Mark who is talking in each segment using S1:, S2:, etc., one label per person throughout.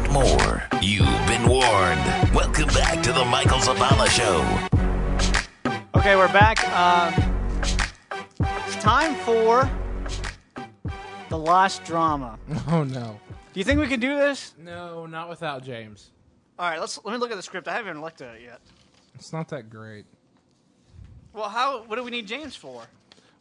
S1: hour. You've been warned. Welcome back to the Michael Zavala Show.
S2: Okay, we're back. Uh, it's time for the lost drama. Do
S3: Oh no.
S2: you think we can do this?
S3: No, not without James.
S2: All right, let's let me look at the script. I haven't looked at it yet.
S3: It's not that great.
S2: Well, how? What do we need James for?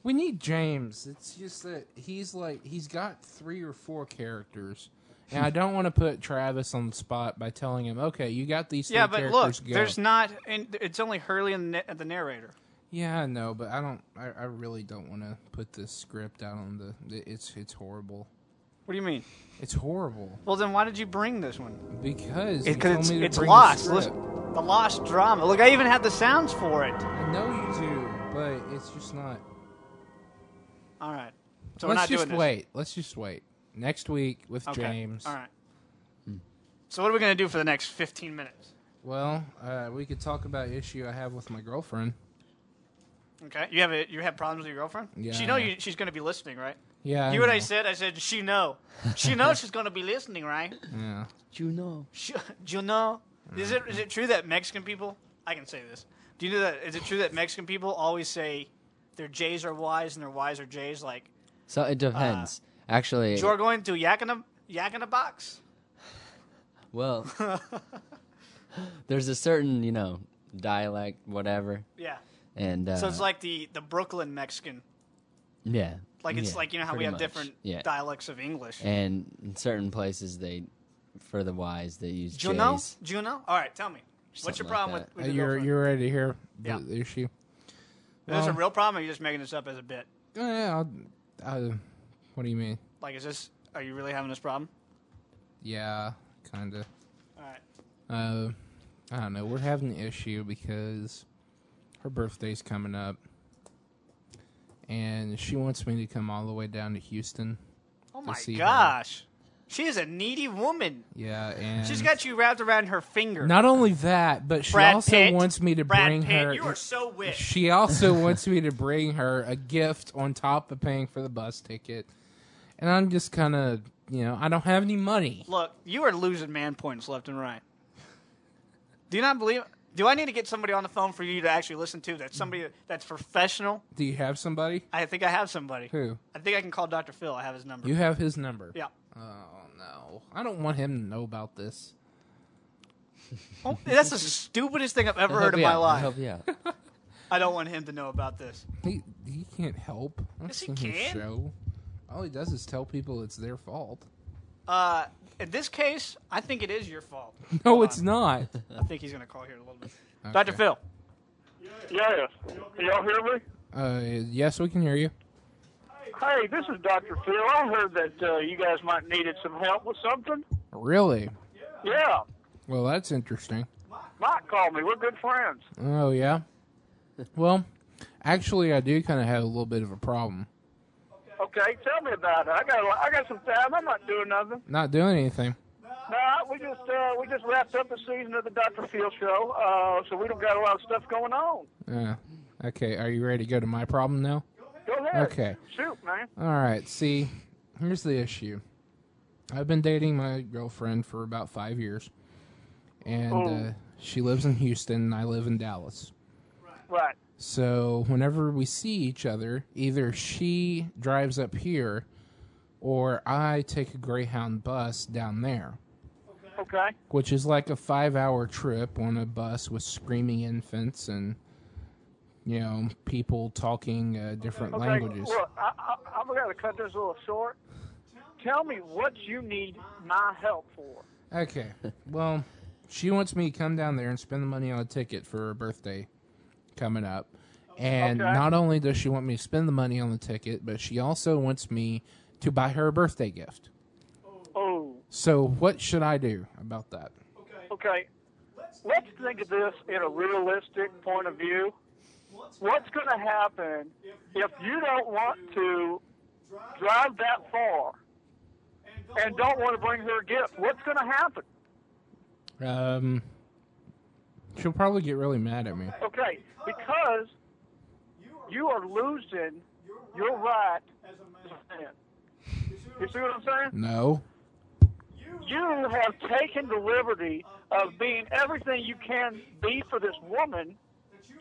S3: We need James. It's just that he's like he's got three or four characters. And I don't want to put Travis on the spot by telling him, "Okay, you got these three
S2: Yeah, but look,
S3: characters go."
S2: there's not. And it's only Hurley and the, the narrator.
S3: yeah, I know, but I don't I, I really don't want to put this script out on the- the it's it's horrible.
S2: What do you mean?
S3: It's horrible
S2: Well, then why did you bring this one?
S3: because you
S2: Because
S3: told
S2: it's,
S3: me to
S2: it's
S3: bring the
S2: lost.
S3: script.
S2: Listen, the lost drama. Look, I even had the sounds for it.
S3: I know you do, but it's just not.
S2: All right. So we're
S3: Let's
S2: not
S3: just
S2: doing
S3: wait. Let's just wait. Next week with
S2: this. Okay.
S3: James.
S2: All right. So what are we gonna do for the next 15 minutes?
S3: Well, uh, we could talk about issue I have with my girlfriend.
S2: Okay. You have a, you have problems with your girlfriend?
S3: Yeah,
S2: She
S3: I
S2: know
S3: know.
S2: you, she's gonna be listening, right?
S3: Yeah.
S2: you know what I
S3: know.
S2: said? I said she know. She knows she's gonna be listening, right?
S3: Yeah.
S4: You know.
S2: She, do you know? Is it is it true that Mexican people? I can say this. Do you know that? Is it true that Mexican people always say their J's are Y's and their Y's are J's? Like
S4: So it depends.
S2: Ah.
S4: Actually,
S2: you're going to yak in a yak in a box.
S4: well, there's a certain you know dialect, whatever,
S2: Yeah.
S4: and uh,
S2: So it's like the the Brooklyn Mexican.
S4: yeah,
S2: Like it's
S4: yeah,
S2: like you know how we
S4: pretty
S2: have
S4: much.
S2: different
S4: yeah,
S2: dialects of English.
S4: and in certain places they, for the wise, they use
S2: Do you know?
S4: J's.
S2: Do you know? All right, tell me. What's
S4: Something
S2: your
S4: like
S2: problem
S4: that.
S2: with, with
S3: Uh,
S2: your
S3: you're
S2: girlfriend?
S3: you're ready to hear the,
S2: Yeah.
S3: the issue.
S2: is this a
S3: well-
S2: real problem? Or are you just making this up as a bit?
S3: Uh, Yeah. I'll, uh, what do you mean?
S2: Like, is this? Are you really having this problem?
S3: Yeah, kind of.
S2: All right.
S3: Uh, I don't know. We're having an issue because her birthday's coming up, and she wants me to come all the way down to Houston.
S2: Oh my
S3: see her.
S2: gosh, she is a needy woman.
S3: Yeah, and
S2: She's got you wrapped around her finger.
S3: Not only that, but she
S2: Brad
S3: also
S2: Pitt.
S3: wants me to
S2: Brad
S3: bring
S2: Pitt,
S3: her.
S2: You are so witch.
S3: She also wants me to bring her a gift on top of paying for the bus ticket. And I'm just kind of, you know, I don't have any money.
S2: Look, you are losing man points left and right. Do you not believe? Do I need to get somebody on the phone for you to actually listen to? That's somebody that's professional.
S3: Do you have somebody?
S2: I think I have somebody.
S3: Who?
S2: I think I can call Dr. Phil. I have his number.
S3: You have his number.
S2: yeah.
S3: Oh, no. I don't want him to know about this.
S2: Oh, that's the stupidest thing I've ever
S4: Help
S2: heard in
S4: you
S2: my
S4: out,
S2: life.
S4: help you out.
S2: I don't want him to know about this.
S3: He he can't help.
S2: Yes,
S3: That's
S2: he
S3: not his
S2: can.
S3: Show. All he does is tell people it's their fault.
S2: Uh, in this case, I think it is your fault. Um,
S3: No, it's not.
S2: I think he's going to call here in a little bit. Dr. Phil.
S5: Yes. Y'all hear me?
S3: Uh, yes, we can hear you.
S5: Hey, this is Dr. Phil. I heard that uh, you guys might needed some help with something.
S3: Really?
S5: Yeah.
S3: Well, that's interesting.
S5: Mike called me. We're good friends.
S3: Oh yeah. Well, actually, I do kind of have a little bit of a problem.
S5: Okay, tell me about it. I got I got some time. I'm not doing nothing.
S3: Not doing anything.
S5: No, we just uh, we just wrapped up the season of the Dr. Phil show, uh, so we don't got a lot of stuff going on.
S3: Uh, okay, are you ready to go to my problem now?
S5: Go ahead.
S3: Okay.
S5: Shoot, man.
S3: All right. See, here's the issue. I've been dating my girlfriend for about five years, and uh, she lives in Houston, and I live in Dallas.
S5: Right.
S3: So whenever we see each other, either she drives up here, or I take a Greyhound bus down there.
S5: Okay.
S3: which is like a five hour trip on a bus with screaming infants and you know people talking uh, different
S5: Okay.
S3: languages
S5: Look, I, I, I'm gonna cut this a little short. Tell me what you need my help for.
S3: okay well she wants me to come down there and spend the money on a ticket for her birthday coming up and
S5: Okay.
S3: not only does she want me to spend the money on the ticket but she also wants me to buy her a birthday gift
S5: Oh.
S3: so what should i do about that
S5: Okay, let's think of this in a realistic point of view. What's going to happen if you don't want to drive that far and don't want to bring her a gift? What's going to happen?
S3: um she'll probably get really mad at me
S5: Okay, because you are losing your right as a man. You see what I'm saying?
S3: no
S5: you have taken the liberty of being everything you can be for this woman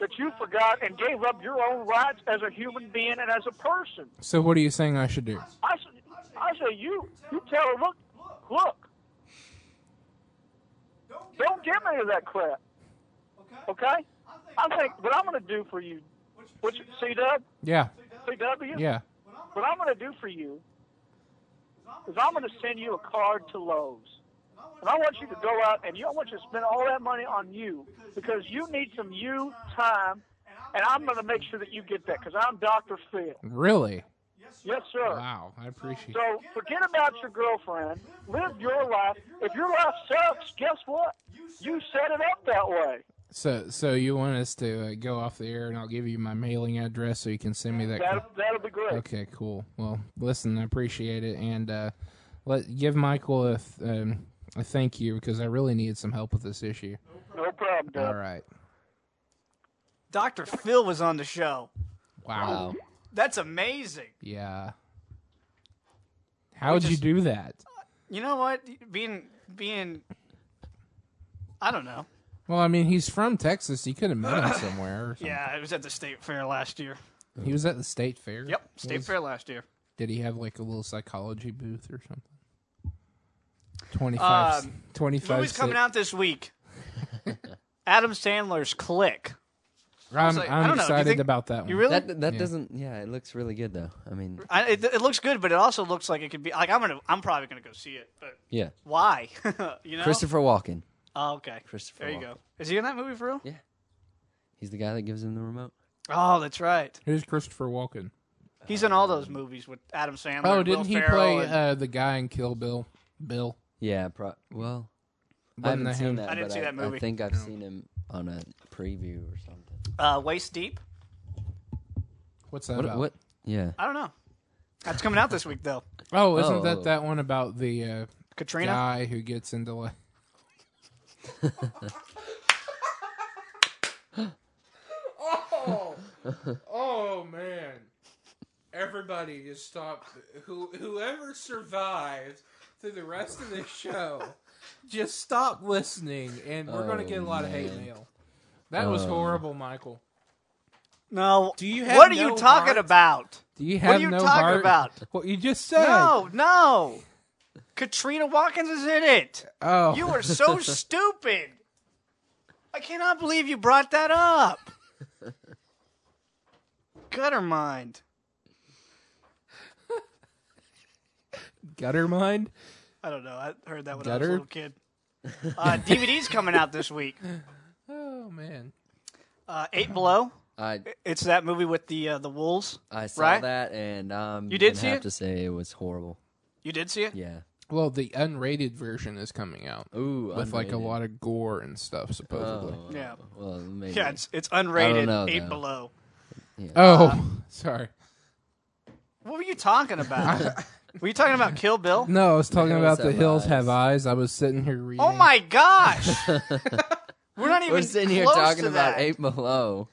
S5: that you forgot and gave up your own rights as a human being and as a person.
S3: So what are you saying I should do?
S5: I said, I said, you, you tell her, look, look. Don't give me that crap, okay? I think what I'm going to do for you, which C Dub,
S3: Yeah.
S5: C W,
S3: Yeah.
S5: What I'm going to do for you is I'm going to send you a card to Lowe's. And I want you to go out and you, I want you to spend all that money on you because you need some you time. And I'm going to make sure that you get that because I'm Dr. Phil.
S3: Really?
S5: Yes, sir.
S3: Wow. I appreciate it.
S5: So forget about your girlfriend. Live your life. If your life sucks, guess what? You set it up that way.
S3: So so you want us to uh, go off the air and I'll give you my mailing address so you can send me that.
S5: That'll, that'll be great.
S3: Okay, cool. Well, listen, I appreciate it, and uh, let give Michael a, th- um, a thank you because I really need some help with this issue.
S5: No problem, Dub.
S3: All right.
S2: Dr. Phil was on the show.
S3: Wow.
S4: Wow.
S2: That's amazing.
S3: Yeah. How would you
S2: just-
S3: do that?
S2: You know what? Being being I don't know.
S3: Well, I mean, he's from Texas. He could have met him somewhere. or something.
S2: Yeah, it was at the state fair last year.
S3: He was at the state fair.
S2: Yep, state
S3: Was-
S2: fair last year.
S3: Did he have like a little psychology booth or something? 25.
S2: Um,
S3: 25.
S2: Movie's coming
S3: cent-
S2: out this week. Adam Sandler's Click.
S3: I'm,
S2: like, I
S3: I'm
S2: don't know, do you
S3: excited
S2: think-
S3: about that one.
S2: You really?
S4: That that doesn't. Yeah, it looks really good though. I mean,
S2: I, it, it looks good, but it also looks like it could be like I'm gonna. I'm probably gonna go see it, but
S4: yeah.
S2: why? you know.
S4: Christopher Walken.
S2: Oh, okay.
S4: Christopher
S2: There you
S4: Walken.
S2: go. Is he in that movie for real?
S4: Yeah. He's the guy that gives him the remote.
S2: Oh, that's right.
S3: Who's Christopher Walken?
S2: He's in all those movies with Adam Sandler.
S3: Um, Oh,
S2: Will
S3: didn't he
S2: Ferrell,
S3: play
S2: and-
S3: uh, the guy in Kill Bill? Bill.
S4: Yeah. Pro- well, I
S3: Wasn't
S4: haven't
S3: that
S4: seen
S3: him?
S4: that.
S2: I didn't
S4: but
S2: see that movie.
S4: I think I've seen him on a preview or something.
S2: uh, Waist Deep?
S3: What's that
S4: What?
S3: about?
S4: What? Yeah.
S2: I don't know. That's coming out this week though.
S3: Oh, isn't
S4: Oh.
S3: that that one about the uh,
S2: Katrina.
S3: guy who gets into like? oh, oh man! Everybody, just stop. Who whoever survived through the rest of this show, just stop listening, and we're gonna
S4: Oh,
S3: get a lot of hate
S4: man. Uh.
S3: mail. That was horrible, Michael.
S2: No.
S3: Do you have
S2: What are
S3: no
S2: you talking
S3: heart?
S2: about?
S3: Do you
S2: What are
S3: have
S2: you
S3: no
S2: talking
S3: heart?
S2: about?
S3: What you just said?
S2: No, no. Katrina Watkins is in it.
S3: Oh,
S2: You are so stupid. I cannot believe you brought that up. Gutter mind.
S3: gutter mind.
S2: I don't know. I heard that when I was
S3: Gutter?
S2: a little kid. Uh, DVD's coming out this week.
S3: Oh man.
S2: Uh, Eight Below.
S4: I
S2: It's that movie with the uh, the wolves.
S4: I saw
S2: Right?
S4: that and um.
S2: You did
S4: gonna
S2: see
S4: have
S2: it?
S4: to say it was horrible.
S2: You did see it?
S4: Yeah.
S3: Well, the unrated version is coming out
S4: Ooh.
S3: with like a lot of gore and stuff, supposedly.
S4: Oh,
S2: Yeah.
S4: Well, maybe.
S2: Yeah, it's it's unrated.
S4: know,
S2: Eight
S4: though.
S2: Below.
S3: Oh, sorry.
S2: What were you talking about? were you talking about Kill Bill?
S3: No, I was talking
S4: Hills
S3: about the
S4: Have
S3: hills have eyes.
S4: Eyes.
S3: I was sitting here reading.
S2: Oh my gosh! We're not even
S4: We're sitting here
S2: close
S4: talking
S2: to
S4: about
S2: that.
S4: eight below.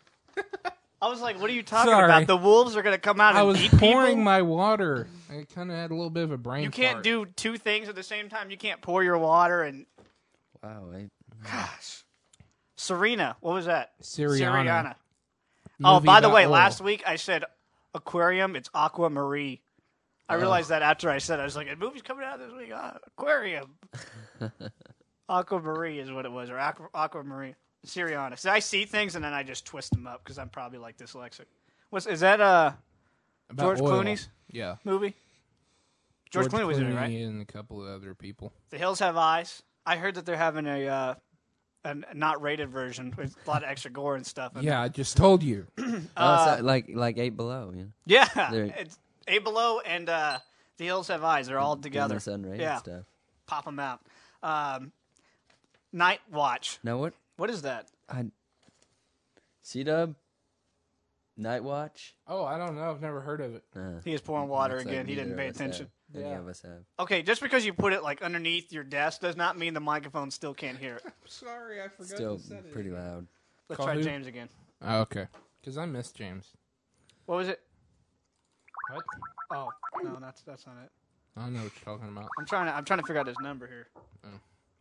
S2: I was like, "What are you talking
S3: Sorry.
S2: about? The wolves are going to come out and
S3: I was
S2: eat
S3: pouring
S2: people?
S3: my water. I kind of had a little bit of a brain.
S2: You can't
S3: fart.
S2: do two things at the same time. You can't pour your water and
S4: Wow. I,
S2: gosh. Serena, what was that?
S3: Siriana.
S2: Oh,
S3: Movie
S2: by the
S3: about
S2: way,
S3: oil.
S2: last week I said aquarium. It's Aqua Marie. I realized that after I said it. I was like, a movie's coming out this week. Ah, aquarium. Aqua Marie is what it was, or Aqua, Aqua Marie. Siriana. See, I see things and then I just twist them up because I'm probably like dyslexic. What's is that uh
S3: About
S2: George
S3: oil.
S2: Clooney's?
S3: Yeah,
S2: movie? George, Clooney was in it, right?
S3: and a couple of other people.
S2: The Hills Have Eyes. I heard that they're having a uh, a not rated version with a lot of extra gore and stuff. in
S3: Yeah, I just told you.
S4: oh,
S2: Uh,
S4: so, like like eight below. You know.
S2: Yeah,
S4: They're-
S2: it's A Below and uh, The Hills Have Eyes. They're all
S4: Doing
S2: together.
S4: this unrated
S2: yeah,
S4: stuff.
S2: pop them out. Um, Night Watch.
S4: Now what?
S2: What is that?
S4: I C Dub, Night Watch.
S3: Oh, I don't know. I've never heard of it.
S2: He is pouring water
S4: Looks like
S2: again. he
S4: neither
S2: didn't
S4: of
S2: pay
S4: us
S2: attention.
S4: Have, Any
S3: Yeah.
S4: of us have.
S2: Okay, just because you put it like underneath your desk does not mean the microphone still can't hear it.
S3: Sorry, I forgot.
S4: Still pretty loud.
S2: Let's
S3: Call
S2: try
S3: who?
S2: James again.
S3: Oh, okay, because I missed James.
S2: What was it?
S3: What?
S2: Oh no, that's that's not it.
S3: I don't know what you're talking about.
S2: I'm trying to I'm trying to figure out his number here.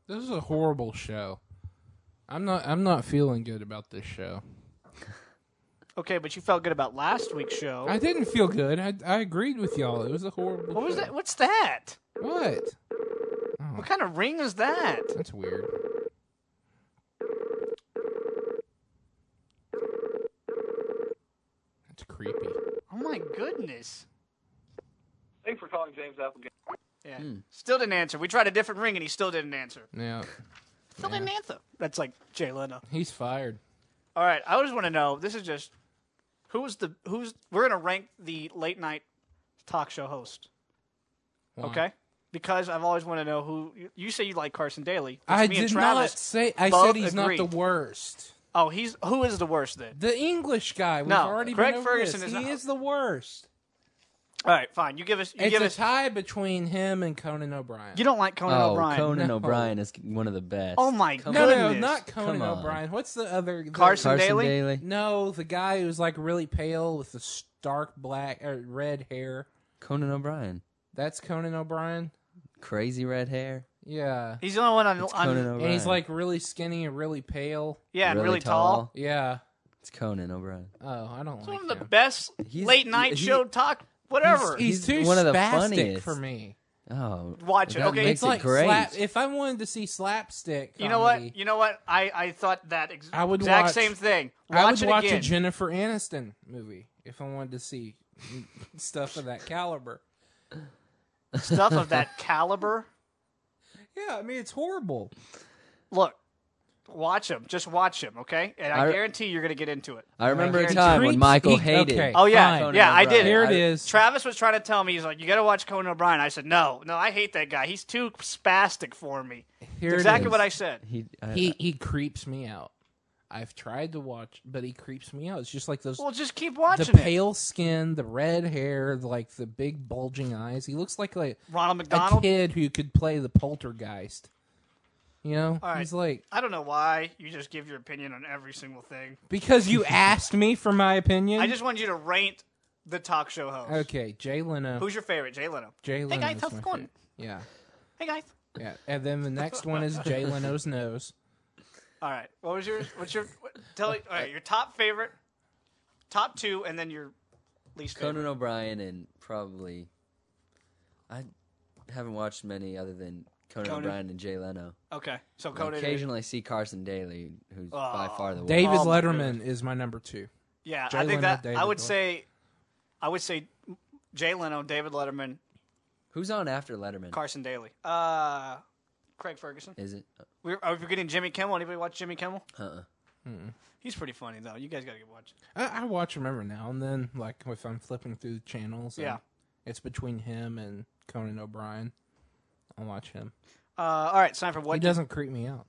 S3: This is a horrible show. I'm not. I'm not feeling good about this show.
S2: Okay, but you felt good about last week's show.
S3: I didn't feel good. I, I agreed with y'all. It was a horrible.
S2: What was
S3: show.
S2: that? What's that?
S3: What?
S2: What kind of ring is that?
S3: That's weird. That's creepy.
S2: Oh my goodness.
S5: Thanks for calling James Applegate.
S2: Yeah.
S3: Hmm.
S2: Still didn't answer. We tried a different ring and he still didn't answer.
S3: Now
S2: Still didn't answer. That's like Jay Leno.
S3: he's fired.
S2: All right, I always want to know. This is just who's the who's. We're gonna rank the late night talk show host.
S3: Why?
S2: Okay, because I've always want to know who you- you say you like Carson Daly. which
S3: I
S2: me
S3: did
S2: and
S3: not
S2: Travis,
S3: say. I
S2: both
S3: said he's not
S2: agreed.
S3: the worst.
S2: Oh, he's who is the worst then?
S3: The English guy. We've
S2: No,
S3: already
S2: Craig
S3: been over
S2: Ferguson
S3: this.
S2: is
S3: he
S2: not-
S3: is the worst.
S2: All right, fine. You give us. You
S3: it's
S2: give
S3: a
S2: us.
S3: tie between him and Conan O'Brien.
S2: you don't like Conan
S4: oh,
S2: O'Brien.
S4: Conan
S3: no.
S4: O'Brien is one of the best.
S2: Oh my
S4: Come
S3: no,
S4: on.
S2: goodness.
S3: no, not Conan
S4: Come on.
S3: O'Brien. What's the other the-
S2: Carson
S4: Carson
S2: Daly?
S4: Daly.
S3: No, the guy who's like really pale with the stark black or red hair.
S4: Conan O'Brien.
S3: That's Conan O'Brien.
S4: Crazy red hair.
S3: Yeah,
S2: He's the only one on.
S4: It's
S2: on-
S4: Conan O'Brien.
S3: and he's like really skinny and really pale.
S2: yeah, and really, tall.
S3: Yeah.
S4: It's Conan O'Brien.
S3: Oh, I don't
S2: He's One
S3: like
S2: of the
S3: him.
S2: best
S4: He's-
S2: late night
S4: he-
S2: show talk. Whatever.
S3: He's,
S4: He's
S3: too
S4: one of the
S3: spastic
S4: funniest.
S3: for me.
S4: Oh,
S2: Watch it,
S4: that
S2: okay?
S4: Makes
S3: It's like
S4: it great.
S3: slap. If I wanted to see slapstick,
S2: you know what?
S3: comedy,
S2: You know what? I, I thought that ex-
S3: I would
S2: exact
S3: watch-
S2: same thing. Watch
S3: I would
S2: it
S3: watch
S2: again.
S3: a Jennifer Aniston movie if I wanted to see stuff of that caliber.
S2: stuff of that caliber.
S3: Yeah, I mean it's horrible.
S2: Look, watch him. Just watch him, okay? And I,
S4: I-
S2: guarantee you're going to get into it.
S4: I remember a
S2: It's
S4: time when
S3: creeps-
S4: Michael
S3: he-
S4: hated.
S3: okay.
S2: Oh yeah,
S3: Fine.
S2: yeah, I
S4: Conan
S2: did.
S4: O'Brien.
S3: Here
S2: I-
S3: it is.
S2: Travis was trying to tell me he's like, you got to watch Conan O'Brien. I said, no, no, I hate that guy. He's too spastic for me.
S3: Here it
S2: exactly
S3: is.
S2: what I said.
S4: He, uh, I,
S3: He he creeps me out. I've tried to watch, but he creeps me out. It's just like those
S2: Well, just keep
S3: the
S2: watching it.
S3: pale skin, the red hair, the, like the big bulging eyes. He looks like like
S2: Ronald
S3: a
S2: McDonald.
S3: kid who could play the poltergeist. You know,
S2: right.
S3: he's like
S2: I don't know why you just give your opinion on every single thing.
S3: because you asked me for my opinion.
S2: I just wanted you to rate the talk show host.
S3: okay, Jay Leno.
S2: Who's your favorite? Jay Leno.
S3: Jay Leno.
S2: hey guys,
S3: is
S2: how's
S3: my
S2: it going?
S3: favorite. Yeah,
S2: Hey guys.
S3: yeah. And then the next one is Jay Leno's nose.
S2: Oh All right. What was your what's your what, tell all right, your top favorite, top two, and then your least favorite.
S4: Conan O'Brien and probably I haven't watched many other than Conan,
S2: Conan.
S4: O'Brien and Jay Leno.
S2: Okay, so
S4: I
S2: Conan. is-
S4: occasionally see Carson Daly, who's by
S2: Aw.
S4: far the worst.
S3: David
S2: Oh my
S3: Letterman is my number two.
S2: yeah,
S3: Jay
S2: I think
S3: Leno,
S2: that
S3: David
S2: I would
S3: Letterman.
S2: say, I would say, Jay Leno, David Letterman,
S4: Who's on after Letterman?
S2: Carson Daly, uh, Craig Ferguson.
S4: is it?
S3: Uh.
S2: We're, are we forgetting Jimmy Kimmel? Anybody watch Jimmy Kimmel?
S4: Uh-uh.
S2: He's pretty funny though. You guys gotta get watch.
S3: I, I watch him every now and then, like if I'm flipping through the channels. and
S2: Yeah.
S3: it's between him and Conan O'Brien. I'll watch him.
S2: Uh, all right, it's time for
S3: He
S2: what. Did,
S3: doesn't creep me out.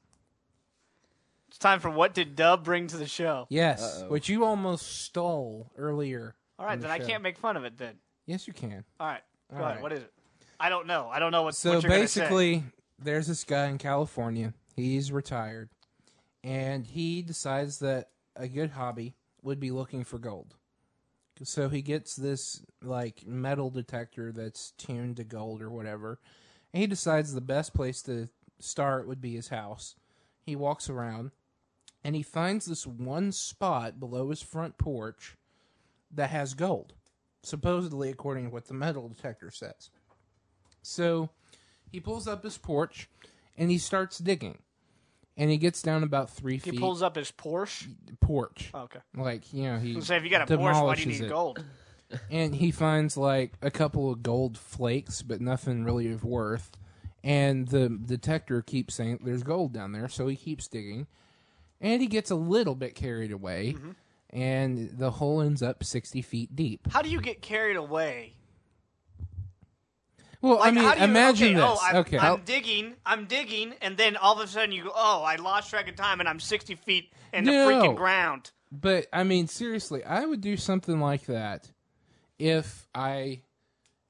S2: it's time for what did Dub bring to the show?
S3: Yes,
S4: Uh-oh.
S3: which you almost stole earlier.
S2: All right,
S3: on the
S2: then I
S3: show.
S2: can't make fun of it. Then
S3: Yes, you can.
S2: all right, go
S3: All
S2: ahead.
S3: right.
S2: What is it? I don't know. I don't know what.
S3: So
S2: what you're gonna say.
S3: basically, there's this guy in California. He's retired, and he decides that a good hobby would be looking for gold. So he gets this like metal detector that's tuned to gold or whatever, and he decides the best place to start would be his house. He walks around, and he finds this one spot below his front porch that has gold, supposedly according to what the metal detector says. So he pulls up his porch and he starts digging. And he gets down about three
S2: he
S3: feet
S2: pulls up his Porsche.
S3: porch.
S2: Oh, okay.
S3: Like, you know, he
S2: So if you got a Porsche, why do
S3: demolishes
S2: you need
S3: it.
S2: gold?
S3: And he finds like a couple of gold flakes, but nothing really of worth. And the detector keeps saying there's gold down there, so he keeps digging. And he gets a little bit carried away, and the hole ends up sixty feet deep.
S2: How do you get carried away?
S3: Well, I
S2: Like,
S3: mean,
S2: how do you,
S3: imagine
S2: okay,
S3: this.
S2: Oh, I'm,
S3: okay,
S2: I'm digging, I'm digging, and then all of a sudden you go, oh, I lost track of time, and I'm 60 feet in the
S3: No.
S2: freaking ground.
S3: But I mean, seriously, I would do something like that if I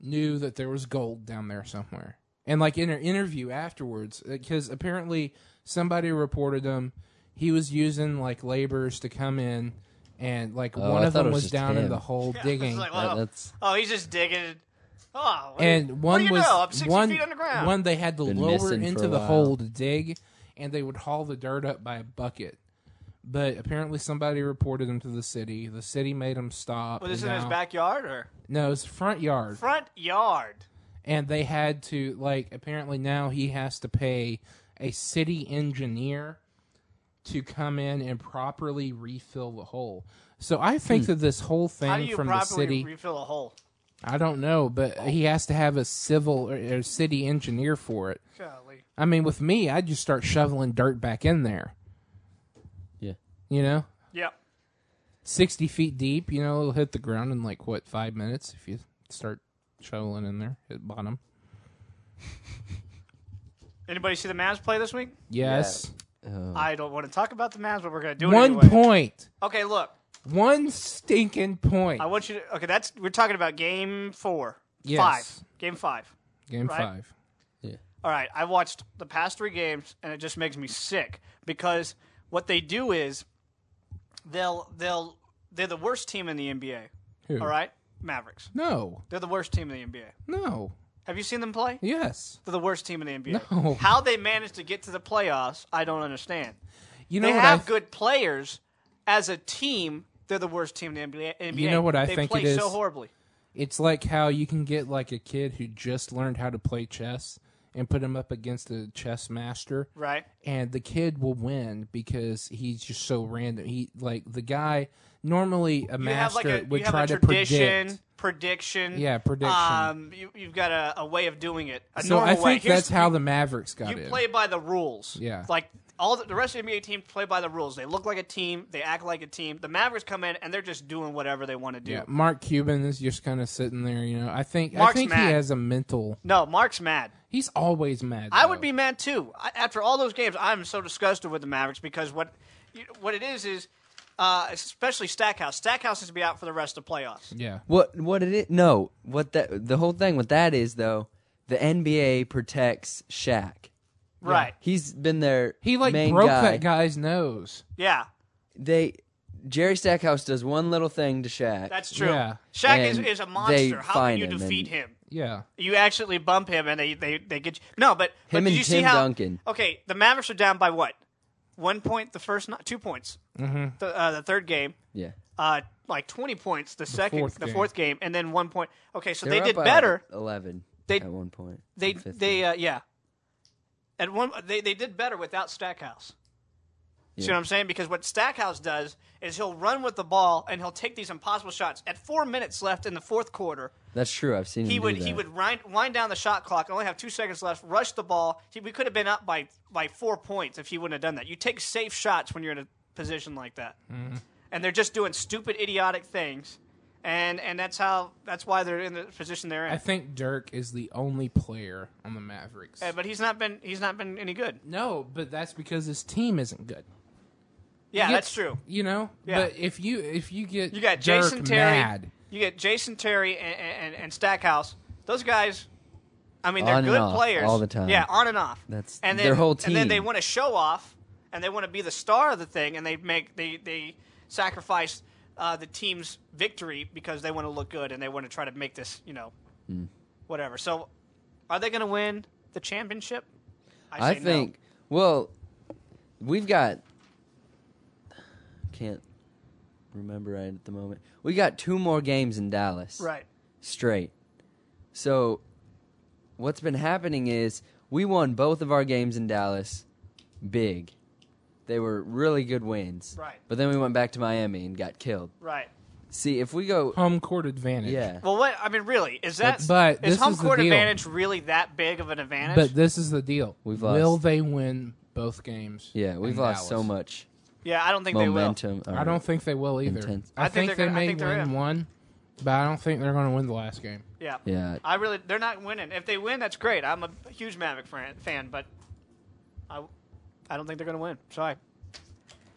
S3: knew that there was gold down there somewhere. And like in an interview afterwards, because apparently somebody reported him, he was using like laborers to come in, and like
S4: Oh,
S3: one
S4: I
S3: of
S4: thought
S3: them
S4: it
S3: was
S4: was just
S3: down in
S4: him.
S3: the hole
S2: Yeah, it's
S3: digging.
S2: like,
S4: That-
S2: well,
S4: that's
S2: oh, he's just digging. Oh, what do you-
S3: and
S2: what
S3: one
S2: do you
S3: was
S2: know? I'm 60
S3: one
S2: feet underground.
S3: one they had to
S4: Been
S3: lower
S4: missing for
S3: into
S4: a
S3: the
S4: while.
S3: hole to dig, and they would haul the dirt up by a bucket. But apparently, somebody reported them to the city. The city made them stop.
S2: was this
S3: and
S2: in his
S3: now-
S2: backyard or
S3: No, it's front yard,
S2: front yard?
S3: and they had to like. Apparently, now he has to pay a city engineer to come in and properly refill the hole. So I think
S4: Hmm.
S3: that this whole
S2: How do
S3: thing
S2: you
S3: from the
S2: properly
S3: city.
S2: refill a hole?
S3: I don't know, but he has to have a civil or, or city engineer for it.
S2: Golly.
S3: I mean, with me, I'd just start shoveling dirt back in there.
S4: Yeah.
S3: You know,
S2: Yep.
S3: sixty feet deep. You know, it'll hit the ground in like what five minutes if you start shoveling in there at bottom.
S2: Anybody see the Mavs play this week?
S3: Yes,
S4: Oh,
S2: I don't want to talk about the Mavs, but we're going to do it
S3: one
S2: anyway.
S3: point,
S2: Okay, look.
S3: one stinking point.
S2: I want you to. Okay, that's we're talking about game four,
S3: Yes.
S2: five, game five.
S3: Game
S2: right?
S3: five.
S2: All right, I watched the past three games, and it just makes me sick because what they do is they'll they'll they're the worst team in the NBA.
S3: Who?
S2: All right, Mavericks.
S3: No,
S2: They're the worst team in the NBA.
S3: no.
S2: Have you seen them play?
S3: Yes,
S2: They're the worst team in the NBA.
S3: No.
S2: How they managed to get to the playoffs, I don't understand.
S3: you know
S2: they
S3: what
S2: have
S3: I.
S2: good players. As a team, they're the worst team in the NBA. NBA.
S3: know what I
S2: they
S3: think
S2: play
S3: it is?
S2: so horribly.
S3: It's like how you can get like a kid who just learned how to play chess and put him up against a chess master.
S2: Right.
S3: and the kid will win because he's just so random. He like the guy normally a
S2: You have
S3: master
S2: like a
S3: would
S2: you have
S3: try
S2: a
S3: to
S2: tradition,
S3: predict.
S2: prediction.
S3: Yeah, prediction.
S2: Um, you, you've got a, a way of doing it. A
S3: So
S2: normal
S3: I think
S2: way. Here's-
S3: that's how the Mavericks got
S2: you
S3: in.
S2: play by the rules.
S3: Yeah.
S2: Like all the, the rest of the NBA teams play by the rules. They look like a team. They act like a team. The Mavericks come in and they're just doing whatever they want to do.
S3: yeah, Mark Cuban is just kind of sitting there. You know, I think I
S2: Mark's
S3: think he
S2: mad.
S3: has a mental.
S2: No, Mark's mad.
S3: He's always mad.
S2: I would
S3: though.
S2: be mad too. I, after all those games, I'm so disgusted with the Mavericks because what you, what it is is uh, especially Stackhouse. Stackhouse is to be out for the rest of the playoffs.
S3: Yeah,
S4: What what it is? No, what that the whole thing with that is though, the NBA protects Shaq.
S2: Right.
S4: He's been their
S3: he like
S4: main
S3: broke
S4: guy.
S3: that guy's nose.
S2: Yeah.
S4: They Jerry Stackhouse does one little thing to Shaq.
S2: That's true.
S3: Yeah.
S2: Shaq is,
S4: And
S2: is a
S4: they
S2: monster. How can
S4: find
S2: you
S4: him
S2: defeat
S4: and-
S2: him?
S3: Yeah,
S2: You actually bump him, and they they, they get you. No, but but
S4: Him
S2: did
S4: and
S2: you see
S4: Tim
S2: how?
S4: Duncan.
S2: Okay, the Mavericks are down by what? One point the first, not two points. Mm-hmm. The, uh, the third game,
S4: yeah.
S2: uh, like twenty points. The, second,
S3: fourth
S2: the
S3: game.
S2: fourth game, and then one point. Okay, so they
S4: were
S2: did
S4: up by
S2: better.
S4: Eleven.
S2: They-
S4: at one point.
S2: They
S4: and 15.
S2: they uh, yeah. At one they they did better without Stackhouse. See
S4: Yeah.
S2: what I'm saying? Because what Stackhouse does is he'll run with the ball and he'll take these impossible shots. At four minutes left in the fourth quarter,
S4: That's true. I've seen him
S2: he
S4: do
S2: would
S4: that.
S2: he would wind, wind down the shot clock and only have two seconds left. Rush the ball. He, we could have been up by by four points if he wouldn't have done that. You take safe shots when you're in a position like that, and they're just doing stupid, idiotic things, and and that's how that's why they're in the position they're in.
S3: I think Dirk is the only player on the Mavericks.
S2: Uh, but he's not been he's not been any good.
S3: no, but that's because his team isn't good.
S2: Yeah,
S3: You
S2: that's
S3: get-
S2: true.
S3: You know,
S2: Yeah.
S3: but if you if you get
S2: You got
S3: Dirk
S2: Jason Terry.
S3: mad,
S2: You get Jason Terry and, and, and Stackhouse. Those guys, I mean, they're
S4: On and
S2: good
S4: off,
S2: players
S4: all the time.
S2: Yeah, on and off.
S4: That's
S2: and
S4: their whole
S2: And then they
S4: team.
S2: want to show off, and they want to be the star of the thing, and they make they they sacrifice uh, the team's victory because they want to look good and they want to try to make this you know
S4: Hmm.
S2: whatever. So, are they going to win the championship?
S4: I
S2: say no.
S4: think. Well, we've got. Can't remember right at the moment. We got two more games in Dallas.
S2: right.
S4: Straight. So, what's been happening is we won both of our games in Dallas, big. They were really good wins.
S2: Right.
S4: But then we went back to Miami and got killed.
S2: Right.
S4: See, if we go,
S3: home court advantage.
S4: yeah,
S2: Well, what I mean, really, is that
S3: But- but
S2: is
S3: this
S2: home
S3: is the
S2: court
S3: deal.
S2: advantage really that big of an advantage?
S3: But this is the deal.
S4: We've
S3: Will
S4: lost.
S3: they win both games?
S4: yeah, we've
S3: in
S4: lost so
S3: Dallas?
S4: much
S2: yeah, I don't think they will.
S4: momentum.
S3: I don't think they will either.
S4: Intense.
S3: I,
S2: I think
S3: think,
S2: they're
S3: they
S2: gonna- I
S3: may
S2: think they're
S3: win
S2: in.
S3: one, but I don't think they're going to win the last game.
S2: Yeah.
S4: Yeah,
S2: I really, they're not winning. If they win, that's great. I'm a huge Maverick fan, fan but I, I don't think they're going to win. Sorry.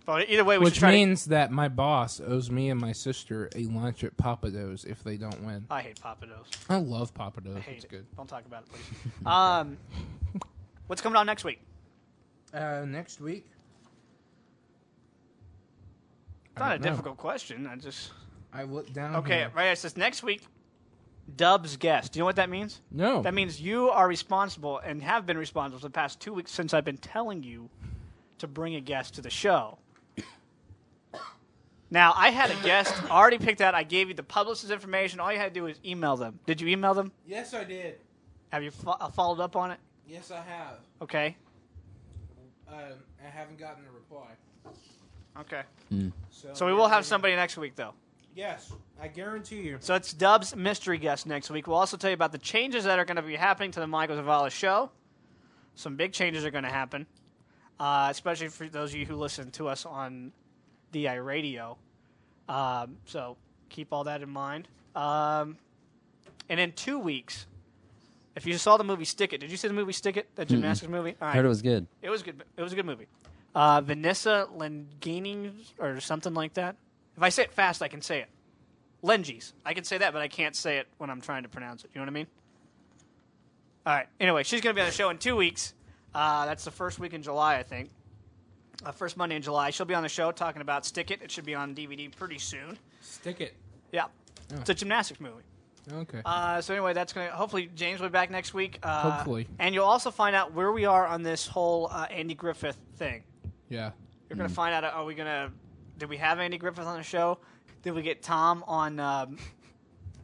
S2: But either way, we should
S3: Which
S2: try. to-
S3: means that my boss owes me and my sister a lunch at Papa Do's if they don't win.
S2: I hate Papa Do's.
S3: I love Papa Do's.
S2: Hate
S3: It's
S2: it.
S3: good.
S2: Don't talk about it, please. um, what's coming on next week?
S3: Uh, next week.
S2: It's not a
S3: don't know.
S2: difficult question. I just
S3: I look down.
S2: okay.
S3: here.
S2: Right, it says next week. Dub's guest. Do you know what that means?
S6: No.
S2: That means you are responsible and have been responsible for the past two weeks since I've been telling you to bring a guest to the show. Now, I had a guest already picked out. I gave you the publicist's information. All you had to do was email them. Did you email them?
S3: Yes, I did.
S2: Have you fo- uh, followed up on it?
S3: Yes, I have.
S2: Okay.
S3: Um, I haven't gotten a reply.
S2: Okay.
S3: So,
S2: So we will have somebody next week, though.
S3: Yes, I guarantee you.
S2: So it's Dub's mystery guest next week. We'll also tell you about the changes that are going to be happening to the Michael Zavala show. Some big changes are going to happen, uh, especially for those of you who listen to us on DI Radio. Um, so keep all that in mind. Um, and in two weeks, if you saw the movie Stick It, did you see the movie Stick It? That gymnastics movie? All right.
S4: Heard it was good.
S2: It was good. It was a good movie. Uh, Vanessa Lengini or something like that. If I say it fast, I can say it. Lenges. I can say that, but I can't say it when I'm trying to pronounce it. You know what I mean? All right. Anyway, she's going to be on the show in two weeks. Uh, that's the first week in July, I think. Uh, first Monday in July. She'll be on the show talking about Stick It. It should be on DVD pretty soon.
S6: Stick it.
S2: Yeah. It's a gymnastics movie.
S6: Okay.
S2: Uh, so anyway, that's going to hopefully James will be back next week. Uh,
S6: Hopefully.
S2: and you'll also find out where we are on this whole uh, Andy Griffith thing.
S6: yeah.
S2: You're going to find out are we going to did we have Andy Griffith on the show? Did we get Tom on um,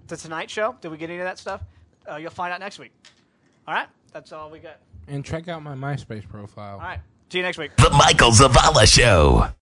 S2: the Tonight Show? Did we get any of that stuff? Uh, you'll find out next week. All right, that's all we got.
S6: And check out my MySpace profile.
S2: All right, see you next week.
S1: The Michael Zavala Show.